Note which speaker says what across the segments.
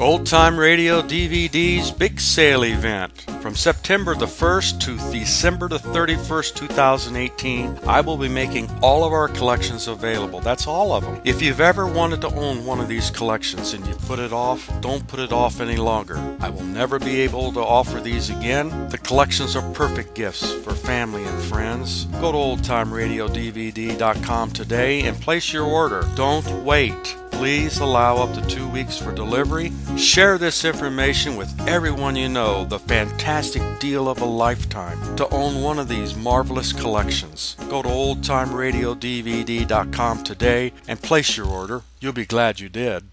Speaker 1: Old Time Radio DVD's big sale event. From September the 1st to December the 31st, 2018, I will be making all of our collections available. That's all of them. If you've ever wanted to own one of these collections and you put it off, don't put it off any longer. I will never be able to offer these again. The collections are perfect gifts for family and friends. Go to oldtimeradiodvd.com today and place your order. Don't wait. Please allow up to two weeks for delivery. Share this information with everyone you know the fantastic deal of a lifetime to own one of these marvelous collections. Go to oldtimeradiodvd.com today and place your order. You'll be glad you did.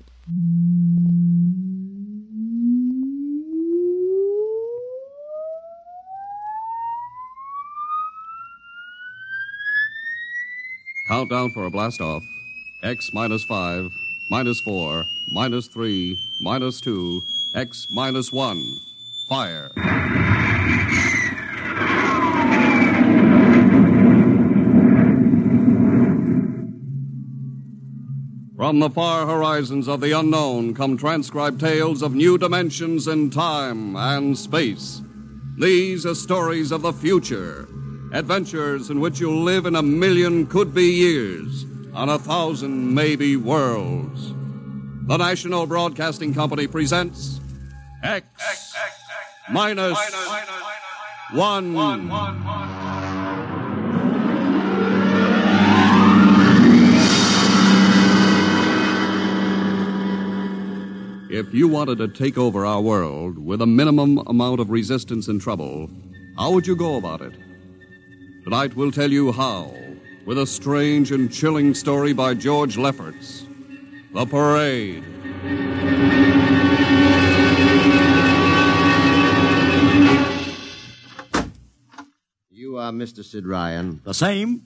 Speaker 2: Countdown for a blast off. X minus 5, minus 4, minus 3, minus 2, X minus 1. Fire. From the far horizons of the unknown come transcribed tales of new dimensions in time and space. These are stories of the future, adventures in which you'll live in a million could be years on a thousand maybe worlds. The National Broadcasting Company presents X, minus one. If you wanted to take over our world with a minimum amount of resistance and trouble, how would you go about it? Tonight we'll tell you how with a strange and chilling story by George Lefferts The Parade.
Speaker 3: You are Mr. Sid Ryan.
Speaker 4: The same?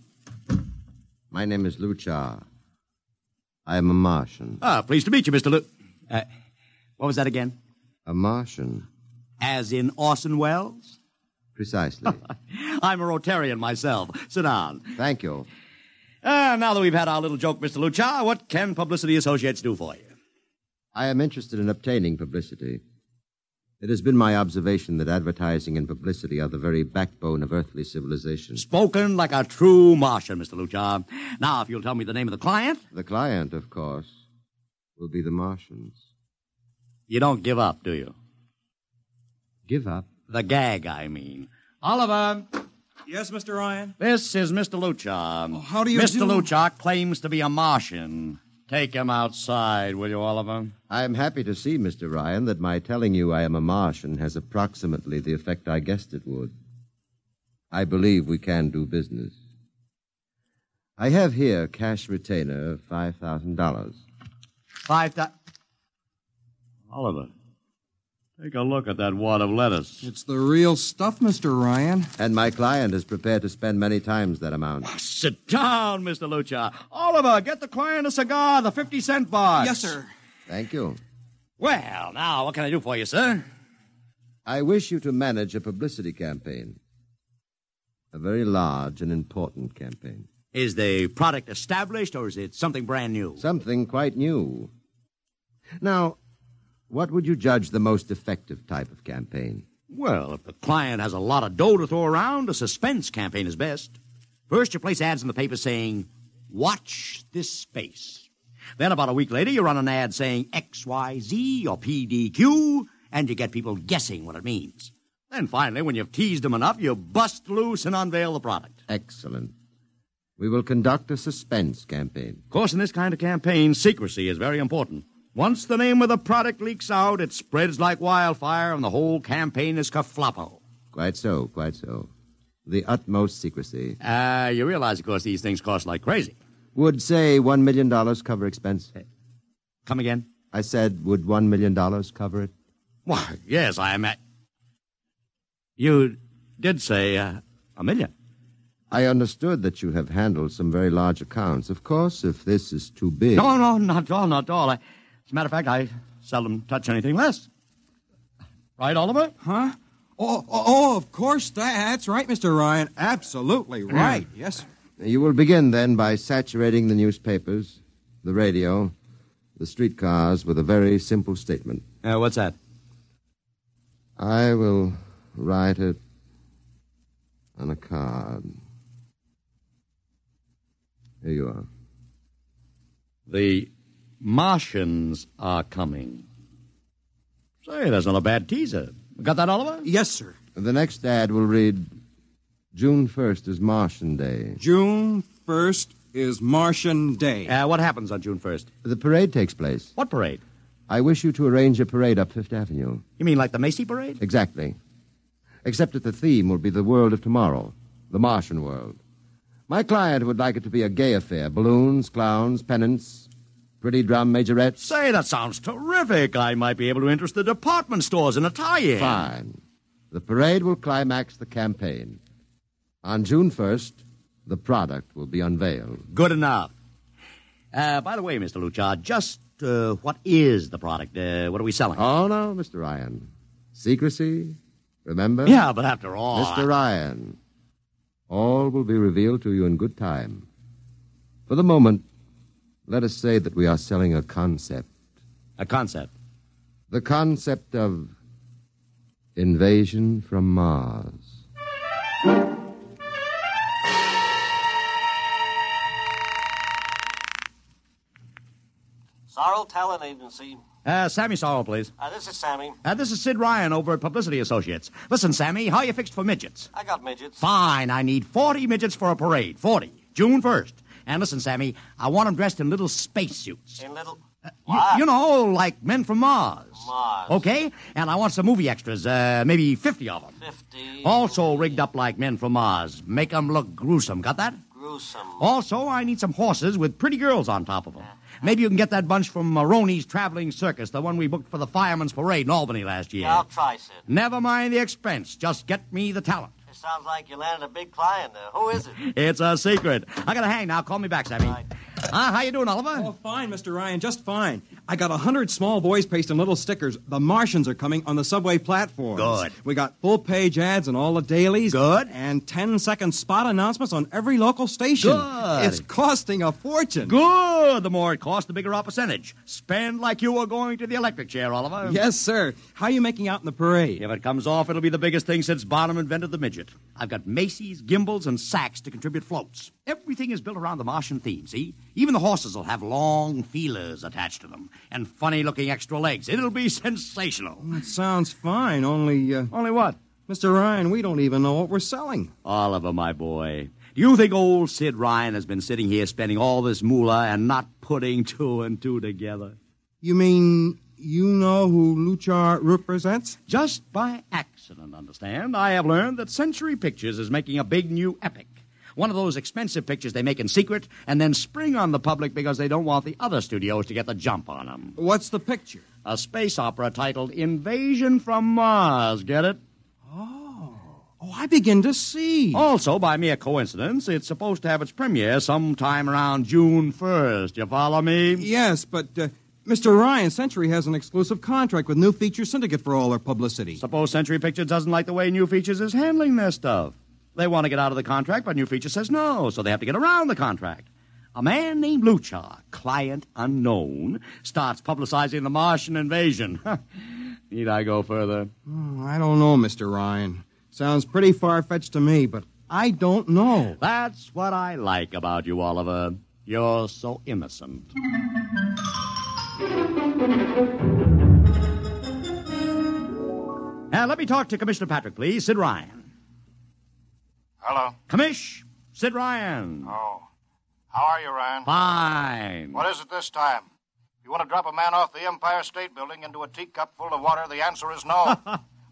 Speaker 3: My name is Luchar. I am a Martian.
Speaker 4: Ah, pleased to meet you, Mr. Lu. Uh, what was that again?
Speaker 3: A Martian?
Speaker 4: As in Orson Welles?
Speaker 3: Precisely.
Speaker 4: I'm a Rotarian myself. Sit down.
Speaker 3: Thank you.
Speaker 4: Ah, now that we've had our little joke, Mr. Luchar, what can Publicity Associates do for you?
Speaker 3: I am interested in obtaining publicity. It has been my observation that advertising and publicity are the very backbone of earthly civilization.
Speaker 4: Spoken like a true Martian, Mr. Luchar. Now, if you'll tell me the name of the client,
Speaker 3: The client, of course, will be the Martians.
Speaker 4: you don't give up, do you?
Speaker 3: Give up.
Speaker 4: The gag, I mean. Oliver,
Speaker 5: Yes, Mr. Ryan.
Speaker 4: this is Mr. Luchar.
Speaker 5: how do you
Speaker 4: Mr.
Speaker 5: do-
Speaker 4: Luchar claims to be a Martian. Take him outside, will you, Oliver?
Speaker 3: I am happy to see, Mr. Ryan, that my telling you I am a Martian has approximately the effect I guessed it would. I believe we can do business. I have here cash retainer of $5,000.
Speaker 4: Five thousand. Oliver, take a look at that wad of lettuce.
Speaker 5: It's the real stuff, Mr. Ryan.
Speaker 3: And my client is prepared to spend many times that amount.
Speaker 4: Sit down, Mr. Lucha. Oliver, get the client a cigar, the 50 cent box.
Speaker 3: Thank you.
Speaker 4: Well, now, what can I do for you, sir?
Speaker 3: I wish you to manage a publicity campaign. A very large and important campaign.
Speaker 4: Is the product established or is it something brand new?
Speaker 3: Something quite new. Now, what would you judge the most effective type of campaign?
Speaker 4: Well, if the client has a lot of dough to throw around, a suspense campaign is best. First, you place ads in the paper saying, Watch this space. Then, about a week later, you run an ad saying XYZ or PDQ, and you get people guessing what it means. Then, finally, when you've teased them enough, you bust loose and unveil the product.
Speaker 3: Excellent. We will conduct a suspense campaign.
Speaker 4: Of course, in this kind of campaign, secrecy is very important. Once the name of the product leaks out, it spreads like wildfire, and the whole campaign is kerfloppo.
Speaker 3: Quite so, quite so. The utmost secrecy.
Speaker 4: Uh, you realize, of course, these things cost like crazy.
Speaker 3: Would, say, $1 million cover expense?
Speaker 4: Come again?
Speaker 3: I said, would $1 million cover it?
Speaker 4: Why, yes, I am at. You did say uh, a million.
Speaker 3: I understood that you have handled some very large accounts. Of course, if this is too big.
Speaker 4: No, no, not at all, not at all. I, as a matter of fact, I seldom touch anything less. Right, Oliver?
Speaker 5: Huh? Oh, oh, oh, of course. That's right, Mr. Ryan. Absolutely right. Yes.
Speaker 3: You will begin then by saturating the newspapers, the radio, the streetcars with a very simple statement
Speaker 4: Uh, what's that?
Speaker 3: I will write it on a card. Here you are.
Speaker 4: The Martians are coming. Say, that's not a bad teaser. Got that, Oliver?
Speaker 5: Yes, sir.
Speaker 3: The next ad will read June 1st is Martian Day.
Speaker 5: June 1st is Martian Day.
Speaker 4: Uh, what happens on June 1st?
Speaker 3: The parade takes place.
Speaker 4: What parade?
Speaker 3: I wish you to arrange a parade up Fifth Avenue.
Speaker 4: You mean like the Macy parade?
Speaker 3: Exactly. Except that the theme will be the world of tomorrow, the Martian world. My client would like it to be a gay affair balloons, clowns, pennants, pretty drum majorettes.
Speaker 4: Say, that sounds terrific. I might be able to interest the department stores in a tie-in.
Speaker 3: Fine. The parade will climax the campaign. On June 1st, the product will be unveiled.
Speaker 4: Good enough. Uh, by the way, Mr. Luchard, just uh, what is the product? Uh, what are we selling?
Speaker 3: Oh, no, Mr. Ryan. Secrecy, remember?
Speaker 4: yeah, but after all,
Speaker 3: Mr. Ryan, all will be revealed to you in good time. For the moment, let us say that we are selling a concept.
Speaker 4: a concept.
Speaker 3: The concept of invasion from Mars.
Speaker 6: Sorrel Talent Agency.
Speaker 4: Uh, Sammy Sorrell, please.
Speaker 6: Uh, this is Sammy.
Speaker 4: Uh, this is Sid Ryan over at Publicity Associates. Listen, Sammy, how you fixed for midgets?
Speaker 6: I got midgets.
Speaker 4: Fine, I need 40 midgets for a parade. 40. June 1st. And listen, Sammy, I want them dressed in little spacesuits.
Speaker 6: In little.
Speaker 4: You, Uh, you know, like men from Mars.
Speaker 6: Mars.
Speaker 4: Okay? And I want some movie extras, uh, maybe 50 of them.
Speaker 6: 50.
Speaker 4: Also rigged up like men from Mars. Make 'em look gruesome. Got that?
Speaker 6: Gruesome.
Speaker 4: Also, I need some horses with pretty girls on top of 'em. Maybe you can get that bunch from Maroney's Traveling Circus, the one we booked for the Fireman's Parade in Albany last year.
Speaker 6: Yeah, I'll try, Sid.
Speaker 4: Never mind the expense. Just get me the talent.
Speaker 6: It sounds like you landed a big client there. Who is it?
Speaker 4: It's a secret. I gotta hang now. Call me back, Sammy.
Speaker 6: Right.
Speaker 4: Ah, how you doing, Oliver?
Speaker 5: Oh, fine, Mr. Ryan, just fine. I got a hundred small boys pasting little stickers. The Martians are coming on the subway platforms.
Speaker 4: Good.
Speaker 5: We got full page ads in all the dailies.
Speaker 4: Good.
Speaker 5: And 10 second spot announcements on every local station.
Speaker 4: Good.
Speaker 5: It's costing a fortune.
Speaker 4: Good. The more it costs, the bigger our percentage. Spend like you were going to the electric chair, Oliver.
Speaker 5: Yes, sir. How you making out in the parade?
Speaker 4: If it comes off, it'll be the biggest thing since Bonham invented the midget. I've got Macy's, Gimbals, and Saks to contribute floats. Everything is built around the Martian theme, see? Even the horses will have long feelers attached to them and funny looking extra legs. It'll be sensational.
Speaker 5: That sounds fine, only, uh,
Speaker 4: Only what?
Speaker 5: Mr. Ryan, we don't even know what we're selling.
Speaker 4: Oliver, my boy. Do you think old Sid Ryan has been sitting here spending all this moolah and not putting two and two together?
Speaker 5: You mean you know who Luchar represents?
Speaker 4: Just by accident, understand? I have learned that Century Pictures is making a big new epic. One of those expensive pictures they make in secret and then spring on the public because they don't want the other studios to get the jump on them.
Speaker 5: What's the picture?
Speaker 4: A space opera titled Invasion from Mars, get it?
Speaker 5: Oh, I begin to see.
Speaker 4: Also, by mere coincidence, it's supposed to have its premiere sometime around June 1st. You follow me?
Speaker 5: Yes, but uh, Mr. Ryan Century has an exclusive contract with New Feature Syndicate for all their publicity.
Speaker 4: Suppose Century Pictures doesn't like the way New Features is handling their stuff. They want to get out of the contract, but New Features says no, so they have to get around the contract. A man named Luchar, client unknown, starts publicizing the Martian invasion. Need I go further?
Speaker 5: Oh, I don't know, Mr. Ryan. Sounds pretty far fetched to me, but I don't know.
Speaker 4: That's what I like about you, Oliver. You're so innocent. Now, let me talk to Commissioner Patrick, please. Sid Ryan.
Speaker 7: Hello.
Speaker 4: Commish, Sid Ryan.
Speaker 7: Oh. How are you, Ryan?
Speaker 4: Fine.
Speaker 7: What is it this time? You want to drop a man off the Empire State Building into a teacup full of water? The answer is no.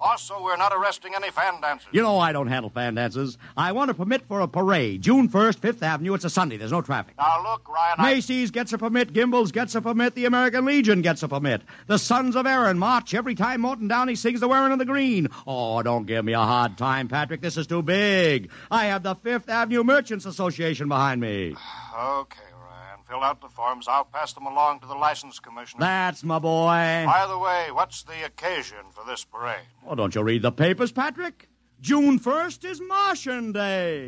Speaker 7: also, we're not arresting any fan dancers.
Speaker 4: You know I don't handle fan dances. I want a permit for a parade. June 1st, 5th Avenue. It's a Sunday. There's no traffic.
Speaker 7: Now, look, Ryan, I...
Speaker 4: Macy's gets a permit. Gimbals gets a permit. The American Legion gets a permit. The Sons of Erin march every time Morton Downey sings The Wearing of the Green. Oh, don't give me a hard time, Patrick. This is too big. I have the Fifth Avenue Merchants Association behind me.
Speaker 7: Okay, Ryan. Fill out the forms. I'll pass them along to the license commissioner.
Speaker 4: That's my boy.
Speaker 7: By the way, what's the occasion for this parade?
Speaker 4: Oh, don't you read the papers, Patrick? June 1st is Martian Day.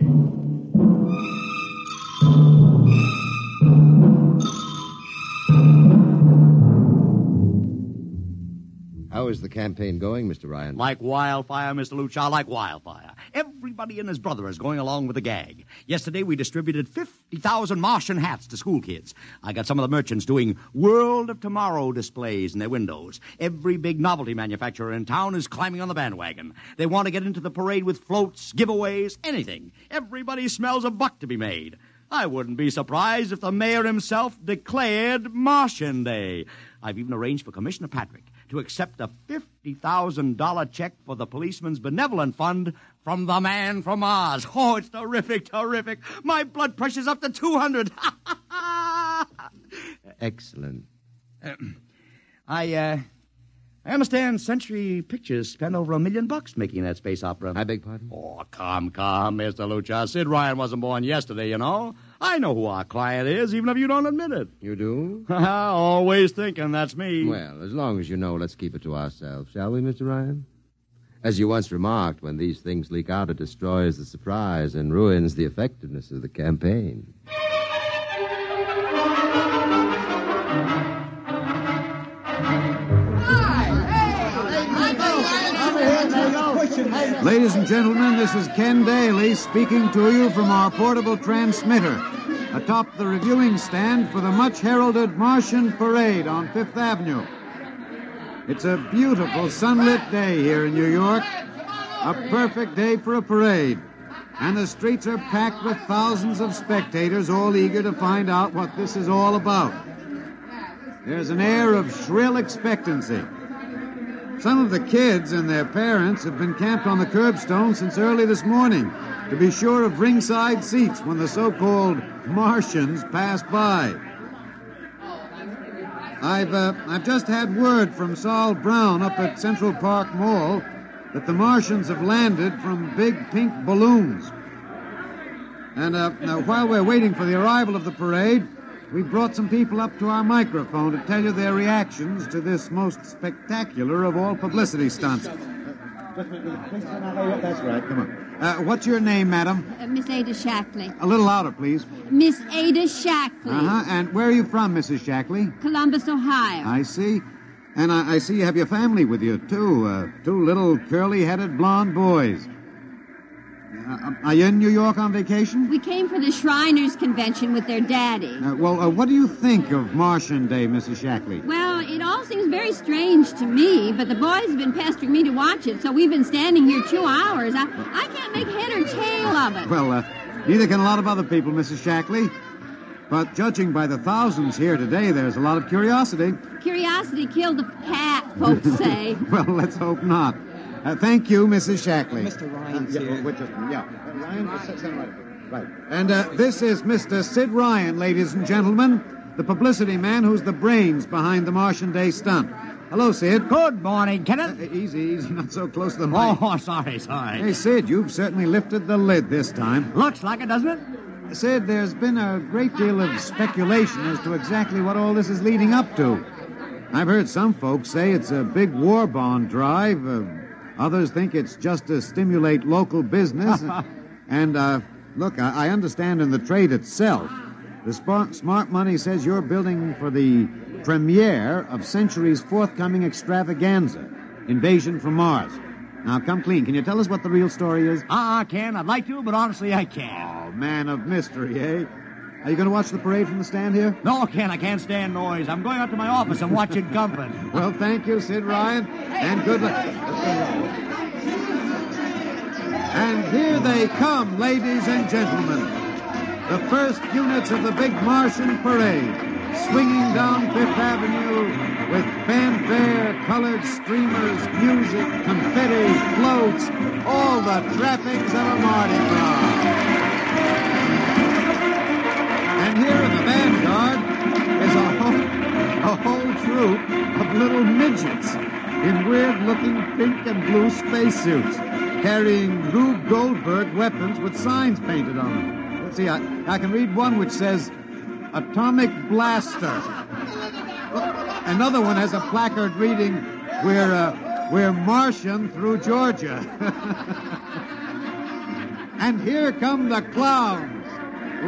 Speaker 3: How is the campaign going, Mr. Ryan?
Speaker 4: Like wildfire, Mr. Luchar, like wildfire. Everybody and his brother is going along with the gag. Yesterday, we distributed 50,000 Martian hats to school kids. I got some of the merchants doing World of Tomorrow displays in their windows. Every big novelty manufacturer in town is climbing on the bandwagon. They want to get into the parade with floats, giveaways, anything. Everybody smells a buck to be made. I wouldn't be surprised if the mayor himself declared Martian Day. I've even arranged for Commissioner Patrick to accept a $50,000 check for the Policeman's Benevolent Fund from the man from Mars. Oh, it's terrific, terrific. My blood pressure's up to 200.
Speaker 3: Excellent.
Speaker 4: I, uh, I understand Century Pictures spent over a million bucks making that space opera.
Speaker 3: I beg pardon?
Speaker 4: Oh, come, come, Mr. Lucha. Sid Ryan wasn't born yesterday, you know. I know who our client is, even if you don't admit it.
Speaker 3: You do?
Speaker 4: Always thinking that's me.
Speaker 3: Well, as long as you know, let's keep it to ourselves, shall we, Mr. Ryan? As you once remarked, when these things leak out, it destroys the surprise and ruins the effectiveness of the campaign.
Speaker 8: Ladies and gentlemen, this is Ken Daly speaking to you from our portable transmitter atop the reviewing stand for the much heralded Martian Parade on Fifth Avenue. It's a beautiful sunlit day here in New York, a perfect day for a parade. And the streets are packed with thousands of spectators, all eager to find out what this is all about. There's an air of shrill expectancy. Some of the kids and their parents have been camped on the curbstone since early this morning to be sure of ringside seats when the so called Martians pass by. I've, uh, I've just had word from Saul Brown up at Central Park Mall that the Martians have landed from big pink balloons. And uh, now, while we're waiting for the arrival of the parade, we brought some people up to our microphone to tell you their reactions to this most spectacular of all publicity stunts. That's right. Come on. Uh, what's your name, madam?
Speaker 9: Uh, Miss Ada Shackley.
Speaker 8: A little louder, please.
Speaker 9: Miss Ada Shackley.
Speaker 8: Uh huh.
Speaker 4: Uh-huh.
Speaker 8: And where are you from, Mrs. Shackley?
Speaker 9: Columbus, Ohio.
Speaker 8: I see. And I, I see you have your family with you, too. Uh, two little curly headed blonde boys. Uh, are you in New York on vacation?
Speaker 9: We came for the Shriners Convention with their daddy.
Speaker 8: Uh, well, uh, what do you think of Martian Day, Mrs. Shackley?
Speaker 9: Well, it all seems very strange to me, but the boys have been pestering me to watch it, so we've been standing here two hours. I, I can't make head or tail of it.
Speaker 8: Well, uh, neither can a lot of other people, Mrs. Shackley. But judging by the thousands here today, there's a lot of curiosity.
Speaker 9: Curiosity killed the cat, folks say.
Speaker 8: Well, let's hope not. Uh, thank you, Mrs. Shackley.
Speaker 5: Mr. Ryan's
Speaker 8: yeah,
Speaker 5: here.
Speaker 8: well, we're just- yeah. Uh, Ryan, just set- set right. Right. And uh, this is Mr. Sid Ryan, ladies and gentlemen, the publicity man who's the brains behind the Martian Day stunt. Hello, Sid.
Speaker 4: Good morning,
Speaker 8: Uh,
Speaker 4: Kenneth.
Speaker 8: easy, easy, not so close to the mic.
Speaker 4: Oh, sorry, sorry.
Speaker 8: Hey, Sid, you've certainly lifted the lid this time.
Speaker 4: Looks like it, doesn't it?
Speaker 8: Sid, there's been a great deal of speculation as to exactly what all this is leading up to. I've heard some folks say it's a big war bond drive. Uh, others think it's just to stimulate local business. and uh, look, I, I understand in the trade itself, the smart, smart money says you're building for the premiere of Century's forthcoming extravaganza, Invasion from Mars. Now, come clean. Can you tell us what the real story is?
Speaker 4: Ah, uh, Ken, I'd like to, but honestly, I can't.
Speaker 8: Oh, man of mystery, eh? Are you going to watch the parade from the stand here?
Speaker 4: No, Ken, I can't stand noise. I'm going out to my office and watching Gumpin.
Speaker 8: Well, thank you, Sid Ryan, and good luck. And here they come, ladies and gentlemen. The first units of the big Martian parade, swinging down Fifth Avenue with fanfare, colored streamers, music, confetti, floats, all the trappings of a Mardi Gras. And here in the vanguard is a whole, a whole troop of little midgets in weird-looking pink and blue spacesuits, carrying Rube Goldberg weapons with signs painted on them. Let's see, I, I can read one which says "Atomic Blaster." Another one has a placard reading "We're uh, we're Martian through Georgia." And here come the clowns,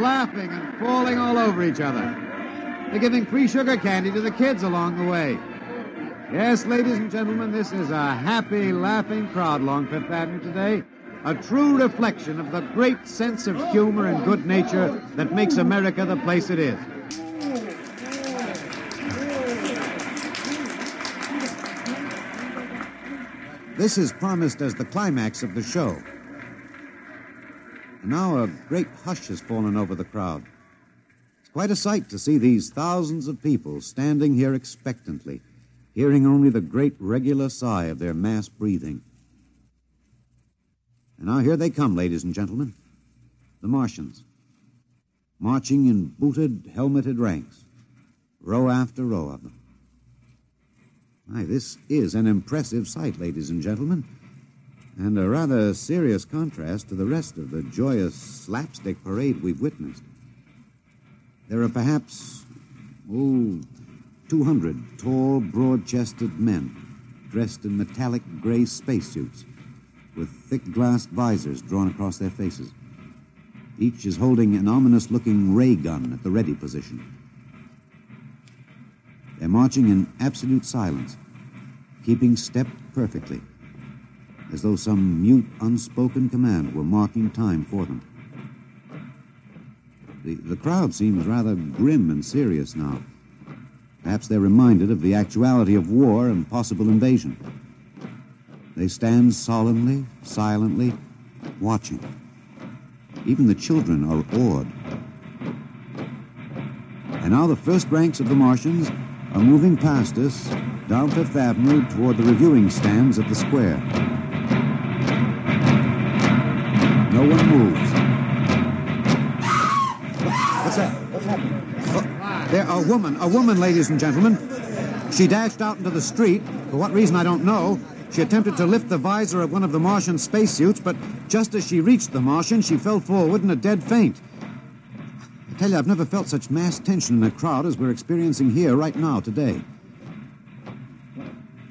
Speaker 8: laughing and falling all over each other. They're giving free sugar candy to the kids along the way. Yes, ladies and gentlemen, this is a happy, laughing crowd along Fifth Avenue today. A true reflection of the great sense of humor and good nature that makes America the place it is. This is promised as the climax of the show. And now a great hush has fallen over the crowd. It's quite a sight to see these thousands of people standing here expectantly, hearing only the great regular sigh of their mass breathing. And now here they come, ladies and gentlemen. The Martians. Marching in booted, helmeted ranks, row after row of them. My, this is an impressive sight, ladies and gentlemen, and a rather serious contrast to the rest of the joyous slapstick parade we've witnessed. There are perhaps, oh, 200 tall, broad chested men dressed in metallic gray spacesuits with thick glass visors drawn across their faces. Each is holding an ominous looking ray gun at the ready position. They're marching in absolute silence, keeping step perfectly, as though some mute, unspoken command were marking time for them. The, the crowd seems rather grim and serious now. Perhaps they're reminded of the actuality of war and possible invasion. They stand solemnly, silently, watching. Even the children are awed. And now the first ranks of the Martians are moving past us down Fifth Avenue toward the reviewing stands at the square. No one moves. What's that? What's happening? Oh, there, a woman, a woman, ladies and gentlemen. She dashed out into the street. For what reason, I don't know. She attempted to lift the visor of one of the Martian spacesuits, but just as she reached the Martian, she fell forward in a dead faint. I tell you, I've never felt such mass tension in a crowd as we're experiencing here right now today.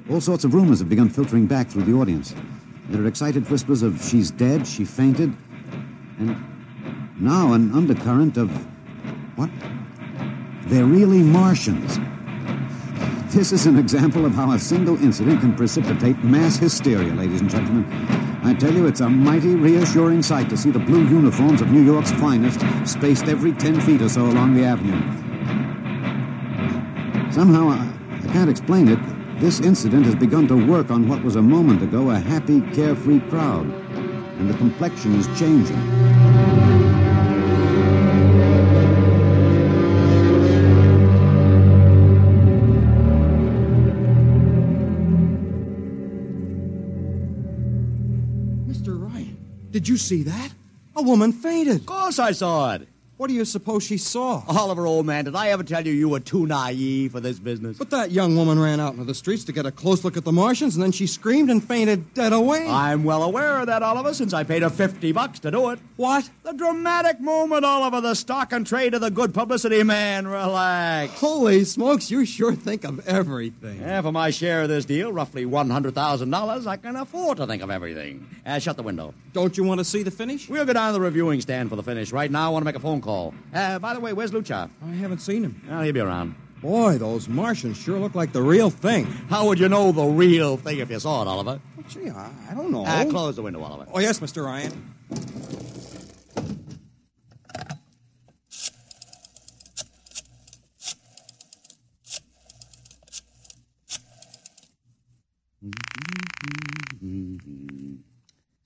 Speaker 8: All sorts of rumors have begun filtering back through the audience. There are excited whispers of she's dead, she fainted, and now an undercurrent of what? They're really Martians. This is an example of how a single incident can precipitate mass hysteria, ladies and gentlemen. I tell you, it's a mighty reassuring sight to see the blue uniforms of New York's finest spaced every 10 feet or so along the avenue. Somehow, I, I can't explain it. This incident has begun to work on what was a moment ago a happy, carefree crowd, and the complexion is changing.
Speaker 5: Mr. Ryan, did you see that? A woman fainted. Of
Speaker 4: course I saw it.
Speaker 5: What do you suppose she saw?
Speaker 4: Oliver, old man, did I ever tell you you were too naive for this business?
Speaker 5: But that young woman ran out into the streets to get a close look at the Martians, and then she screamed and fainted dead away.
Speaker 4: I'm well aware of that, Oliver, since I paid her 50 bucks to do it.
Speaker 5: What?
Speaker 4: The dramatic moment, Oliver, the stock and trade of the good publicity man. Relax.
Speaker 5: Holy smokes, you sure think of everything.
Speaker 4: Yeah, for my share of this deal, roughly $100,000, I can afford to think of everything. Uh, shut the window.
Speaker 5: Don't you want to see the finish?
Speaker 4: We'll go down to the reviewing stand for the finish. Right now, I want to make a phone call. Uh, by the way, where's Lucha?
Speaker 5: I haven't seen him.
Speaker 4: Well, he'll be around.
Speaker 5: Boy, those Martians sure look like the real thing.
Speaker 4: How would you know the real thing if you saw it, Oliver?
Speaker 5: Well, gee, I, I don't know.
Speaker 4: Uh, close the window, Oliver.
Speaker 5: Oh, yes, Mr. Ryan.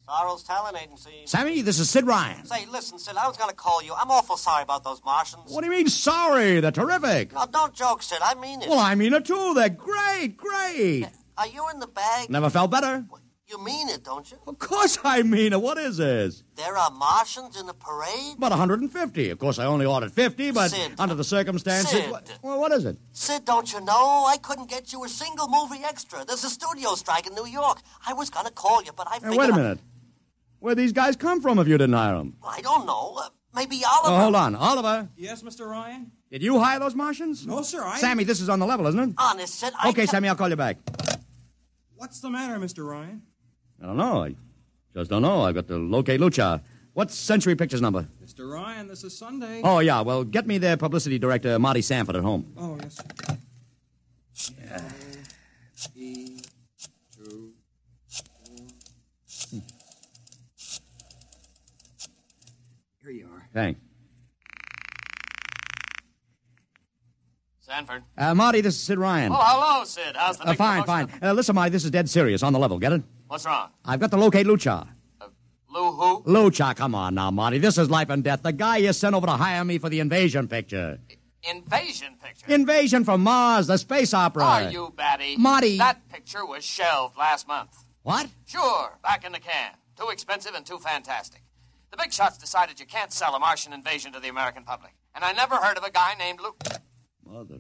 Speaker 6: Sorrow's Talent Agency.
Speaker 4: Sammy, this is Sid Ryan.
Speaker 6: Say, listen, Sid, I was going to call you. I'm awful sorry about those Martians.
Speaker 4: What do you mean, sorry? They're terrific.
Speaker 6: Now, don't joke, Sid. I mean it.
Speaker 4: Well, I mean it too. They're great, great.
Speaker 6: Are you in the bag?
Speaker 4: Never felt better.
Speaker 6: You mean it, don't you?
Speaker 4: Of course I mean it. What is this?
Speaker 6: There are Martians in the parade?
Speaker 4: About 150. Of course, I only ordered 50, but
Speaker 6: Sid.
Speaker 4: under the circumstances.
Speaker 6: Sid.
Speaker 4: What, well, what is it?
Speaker 6: Sid, don't you know? I couldn't get you a single movie extra. There's a studio strike in New York. I was going to call you, but I
Speaker 4: Hey,
Speaker 6: figured...
Speaker 4: wait a
Speaker 6: I-
Speaker 4: minute. Where'd these guys come from if you didn't hire them?
Speaker 6: I don't know. Uh, Maybe Oliver...
Speaker 4: Oh, hold on. Oliver,
Speaker 5: Yes, Mr. Ryan?
Speaker 4: did you hire those Martians?
Speaker 5: No, sir, I.
Speaker 4: Sammy, this is on the level, isn't it?
Speaker 6: Honest, Sid, I...
Speaker 4: okay,
Speaker 6: ca-
Speaker 4: Sammy, I'll call you back.
Speaker 5: What's the matter, Mr. Ryan?
Speaker 4: I don't know. I just don't know. I've got to locate Lucha. What's Century Pictures number?
Speaker 5: Mr. Ryan, this is Sunday.
Speaker 4: Oh, yeah. Well, get me their publicity director, Marty Sanford, at home.
Speaker 5: Oh, yes, sir.
Speaker 4: Thanks.
Speaker 10: Sanford.
Speaker 4: Uh, Marty, this is Sid Ryan.
Speaker 10: Oh, hello, Sid. How's the
Speaker 4: Uh,
Speaker 10: big
Speaker 4: fine,
Speaker 10: promotion?
Speaker 4: fine. Uh, listen, Marty, this is dead serious. On the level, get it?
Speaker 10: What's wrong?
Speaker 4: I've got to locate Lucha.
Speaker 10: Lou who?
Speaker 4: Lucha, come on now, Marty. This is life and death. The guy you sent over to hire me for the invasion picture.
Speaker 10: Invasion picture.
Speaker 4: Invasion from Mars, the space opera.
Speaker 10: Are you batty?
Speaker 4: Marty.
Speaker 10: That picture was shelved last month.
Speaker 4: What?
Speaker 10: Sure, back in the can. Too expensive and too fantastic. The big shots decided you can't sell a Martian invasion to the American public. And I never heard of a guy named Lou.
Speaker 4: Mother,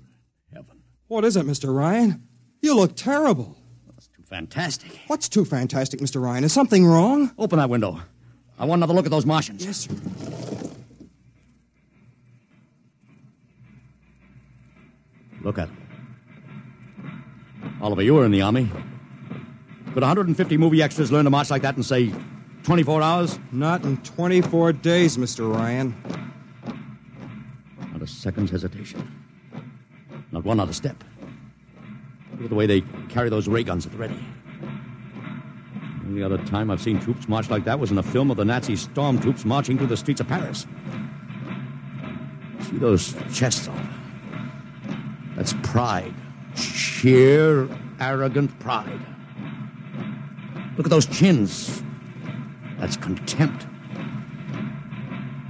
Speaker 4: heaven.
Speaker 5: What is it, Mr. Ryan? You look terrible.
Speaker 4: Too fantastic.
Speaker 5: What's too fantastic, Mr. Ryan? Is something wrong?
Speaker 4: Open that window. I want another look at those Martians.
Speaker 5: Yes, sir.
Speaker 4: Look at them. Oliver, you were in the Army. Could 150 movie extras learn to march like that in, say, 24 hours?
Speaker 5: Not in 24 days, Mr. Ryan.
Speaker 4: Not a second's hesitation. Not one other step. Look at the way they carry those ray guns at the ready. The only other time I've seen troops march like that was in a film of the Nazi storm troops marching through the streets of Paris. See those chests, Oliver? That's pride. Sheer, arrogant pride. Look at those chins. That's contempt.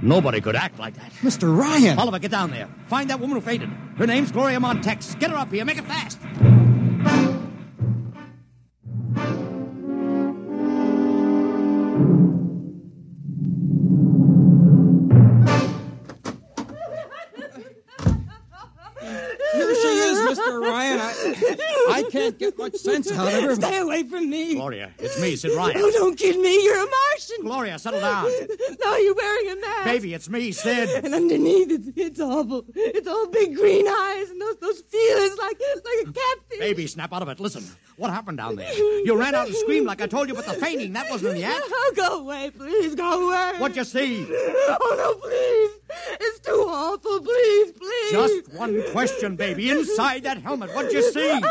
Speaker 4: Nobody could act like that.
Speaker 5: Mr. Ryan!
Speaker 4: Oliver, get down there. Find that woman who fainted. Her name's Gloria Montex. Get her up here. Make it fast.
Speaker 5: Here she is, Mr. Ryan. I, I can't get much sense out of her.
Speaker 11: Stay away from me.
Speaker 4: Gloria, it's me, Sid
Speaker 11: Oh,
Speaker 4: Ryan.
Speaker 11: don't kid me. You're a Martian.
Speaker 4: Gloria, settle down.
Speaker 11: No, you're wearing a mask.
Speaker 4: Baby, it's me, Sid.
Speaker 11: And underneath, it's, it's awful. It's all big green eyes and those those feelers like like a catfish.
Speaker 4: Baby, snap out of it. Listen, what happened down there? You ran out and screamed like I told you, but the fainting, that wasn't in the act.
Speaker 11: Oh, go away, please. Go away.
Speaker 4: What'd you see?
Speaker 11: Oh, no, please. It's too awful. Please, please.
Speaker 4: Just one question, baby. Inside that helmet, what'd you see?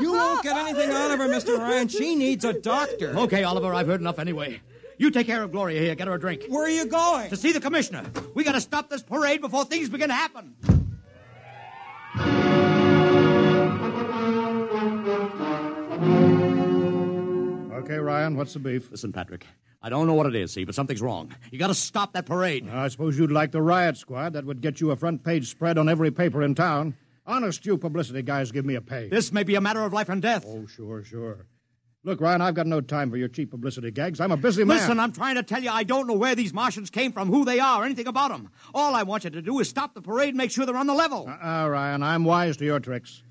Speaker 5: You won't get anything out of her, Mr. Ryan. She needs a doctor.
Speaker 4: Okay, Oliver, I've heard enough anyway. You take care of Gloria here. Get her a drink.
Speaker 5: Where are you going?
Speaker 4: To see the commissioner. We gotta stop this parade before things begin to happen.
Speaker 12: Okay, Ryan, what's the beef?
Speaker 4: Listen, Patrick. I don't know what it is, see, but something's wrong. You gotta stop that parade.
Speaker 12: I suppose you'd like the riot squad. That would get you a front page spread on every paper in town. Honest, you publicity guys give me a pay.
Speaker 4: This may be a matter of life and death.
Speaker 12: Oh, sure, sure. Look, Ryan, I've got no time for your cheap publicity gags. I'm a busy man.
Speaker 4: Listen, I'm trying to tell you I don't know where these Martians came from, who they are, anything about them. All I want you to do is stop the parade and make sure they're on the level.
Speaker 12: Uh-uh, Ryan, I'm wise to your tricks.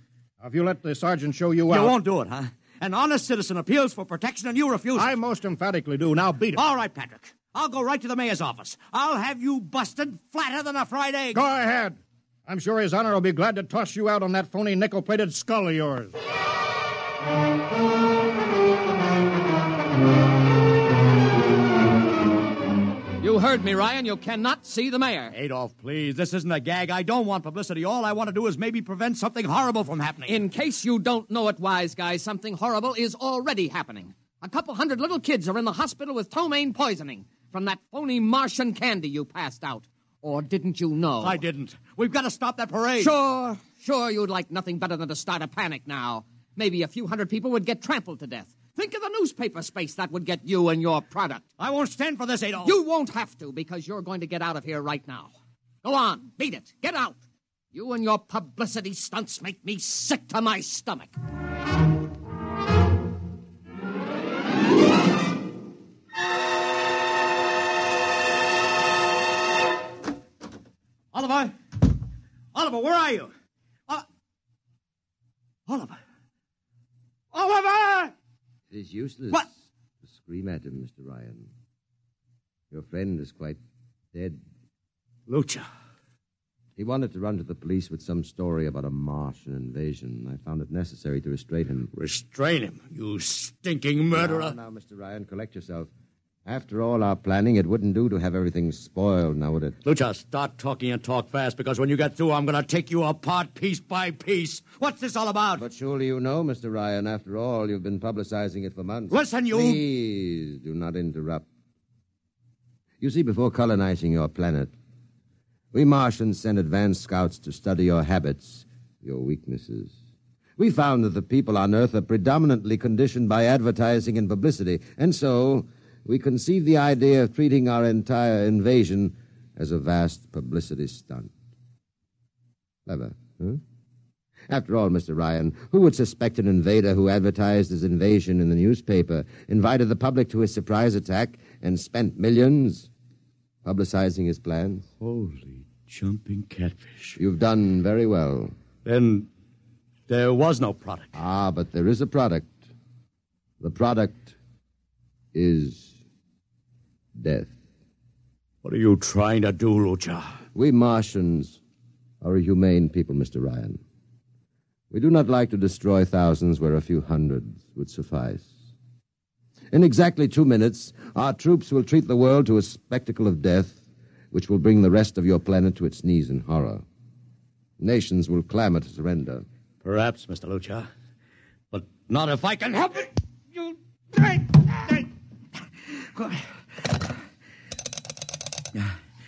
Speaker 12: Now, if you let the sergeant show you
Speaker 4: you
Speaker 12: out...
Speaker 4: won't do it, huh? An honest citizen appeals for protection and you refuse. it.
Speaker 12: I most emphatically do. Now beat it.
Speaker 4: All right, Patrick. I'll go right to the mayor's office. I'll have you busted flatter than a fried egg.
Speaker 12: Go ahead. I'm sure his honor will be glad to toss you out on that phony nickel-plated skull of yours.
Speaker 13: You heard me, Ryan. You cannot see the mayor.
Speaker 4: Adolf, please. This isn't a gag. I don't want publicity. All I want to do is maybe prevent something horrible from happening.
Speaker 13: In case you don't know it, wise guy, something horrible is already happening. A couple hundred little kids are in the hospital with ptomaine poisoning from that phony Martian candy you passed out. Or didn't you know?
Speaker 4: I didn't. We've got to stop that parade.
Speaker 13: Sure, sure, you'd like nothing better than to start a panic now. Maybe a few hundred people would get trampled to death. Think of the newspaper space that would get you and your product.
Speaker 4: I won't stand for this, Adolf.
Speaker 13: You won't have to because you're going to get out of here right now. Go on, beat it. Get out. You and your publicity stunts make me sick to my stomach.
Speaker 4: Oliver? Oliver, where are you? Uh, Oliver? Oliver!
Speaker 3: It is useless
Speaker 4: What?
Speaker 3: to scream at him, Mr. Ryan. Your friend is quite dead.
Speaker 4: Lucha.
Speaker 3: He wanted to run to the police with some story about a Martian invasion. I found it necessary to restrain him.
Speaker 4: Restrain him, you stinking murderer.
Speaker 3: Now, now, Mr. Ryan, collect yourself. After all our planning, it wouldn't do to have everything spoiled, now would it?
Speaker 4: Lucha, start talking and talk fast because when you get through, I'm going to take you apart piece by piece. What's this all about?
Speaker 3: But surely you know, Mr. Ryan, after all, you've been publicizing it for months.
Speaker 4: Listen, you-
Speaker 3: Please do not interrupt. You see, before colonizing your planet, we Martians sent advanced scouts to study your habits, your weaknesses. We found that the people on Earth are predominantly conditioned by advertising and publicity, and so we conceived the idea of treating our entire invasion as a vast publicity stunt. Clever, huh? After all, Mr. Ryan, who would suspect an invader who advertised his invasion in the newspaper, invited the public to his surprise attack, and spent millions publicizing his plans?
Speaker 14: Holy jumping catfish.
Speaker 3: You've done very well.
Speaker 14: Then there was no product.
Speaker 3: Ah, but there is a product. The product is death.
Speaker 14: What are you trying to do, Lucha?
Speaker 3: We Martians are a humane people, Mr. Ryan. We do not like to destroy thousands where a few hundreds would suffice. In exactly two minutes, our troops will treat the world to a spectacle of death, which will bring the rest of your planet to its knees in horror. Nations will clamor to surrender.
Speaker 14: Perhaps, Mr. Lucha. But not if I can help it.
Speaker 13: You.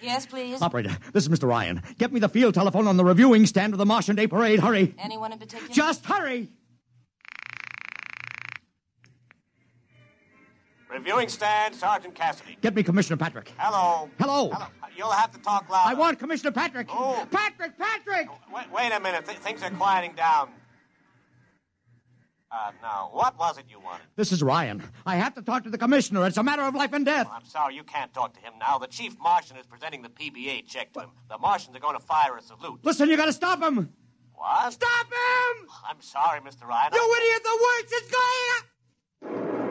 Speaker 15: Yes, please.
Speaker 4: Operator, this is Mr. Ryan. Get me the field telephone on the reviewing stand of the Martian Day Parade. Hurry.
Speaker 15: Anyone in particular?
Speaker 4: Just hurry.
Speaker 10: Reviewing stand, Sergeant Cassidy.
Speaker 4: Get me Commissioner Patrick.
Speaker 10: Hello.
Speaker 4: Hello.
Speaker 10: Hello. You'll have to talk louder.
Speaker 4: I want Commissioner Patrick.
Speaker 10: Oh.
Speaker 4: Patrick, Patrick!
Speaker 10: Wait, wait a minute. Th- things are quieting down. Uh, now, what was it you wanted?
Speaker 4: This is Ryan. I have to talk to the commissioner. It's a matter of life and death.
Speaker 10: I'm sorry, you can't talk to him now. The chief Martian is presenting the PBA check to him. The Martians are going to fire a salute.
Speaker 4: Listen, you gotta stop him.
Speaker 10: What?
Speaker 4: Stop him!
Speaker 10: I'm sorry, Mr. Ryan.
Speaker 4: You idiot, the worst is going up!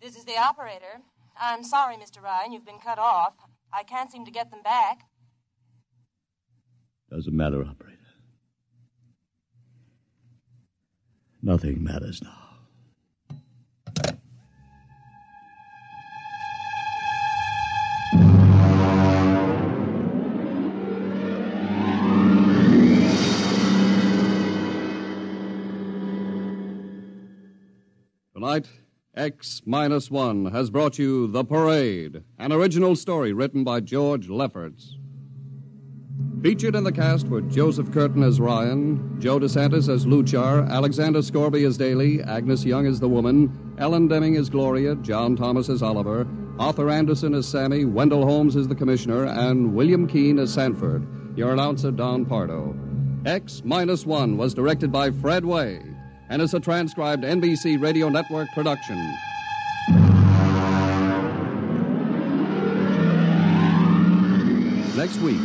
Speaker 15: This is the operator. I'm sorry, Mr. Ryan, you've been cut off. I can't seem to get them back.
Speaker 14: Doesn't matter, operator. Nothing matters now.
Speaker 2: Tonight, X Minus One has brought you The Parade, an original story written by George Lefferts. Featured in the cast were Joseph Curtin as Ryan, Joe DeSantis as Luchar, Alexander Scorby as Daly, Agnes Young as the woman, Ellen Deming as Gloria, John Thomas as Oliver, Arthur Anderson as Sammy, Wendell Holmes as the commissioner, and William Keene as Sanford. Your announcer, Don Pardo. X Minus One was directed by Fred Way and is a transcribed NBC Radio Network production. Next week,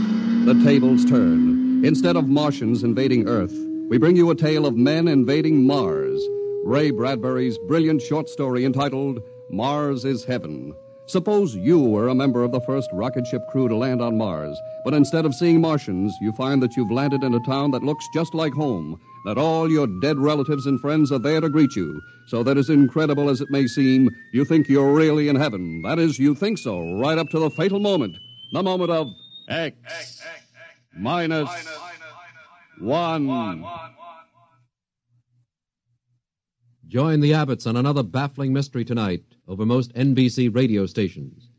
Speaker 2: the tables turn. Instead of Martians invading Earth, we bring you a tale of men invading Mars. Ray Bradbury's brilliant short story entitled Mars is Heaven. Suppose you were a member of the first rocket ship crew to land on Mars, but instead of seeing Martians, you find that you've landed in a town that looks just like home, that all your dead relatives and friends are there to greet you. So that as incredible as it may seem, you think you're really in heaven. That is, you think so, right up to the fatal moment. The moment of X, minus one.
Speaker 16: Join the Abbotts on another baffling mystery tonight over most NBC radio stations.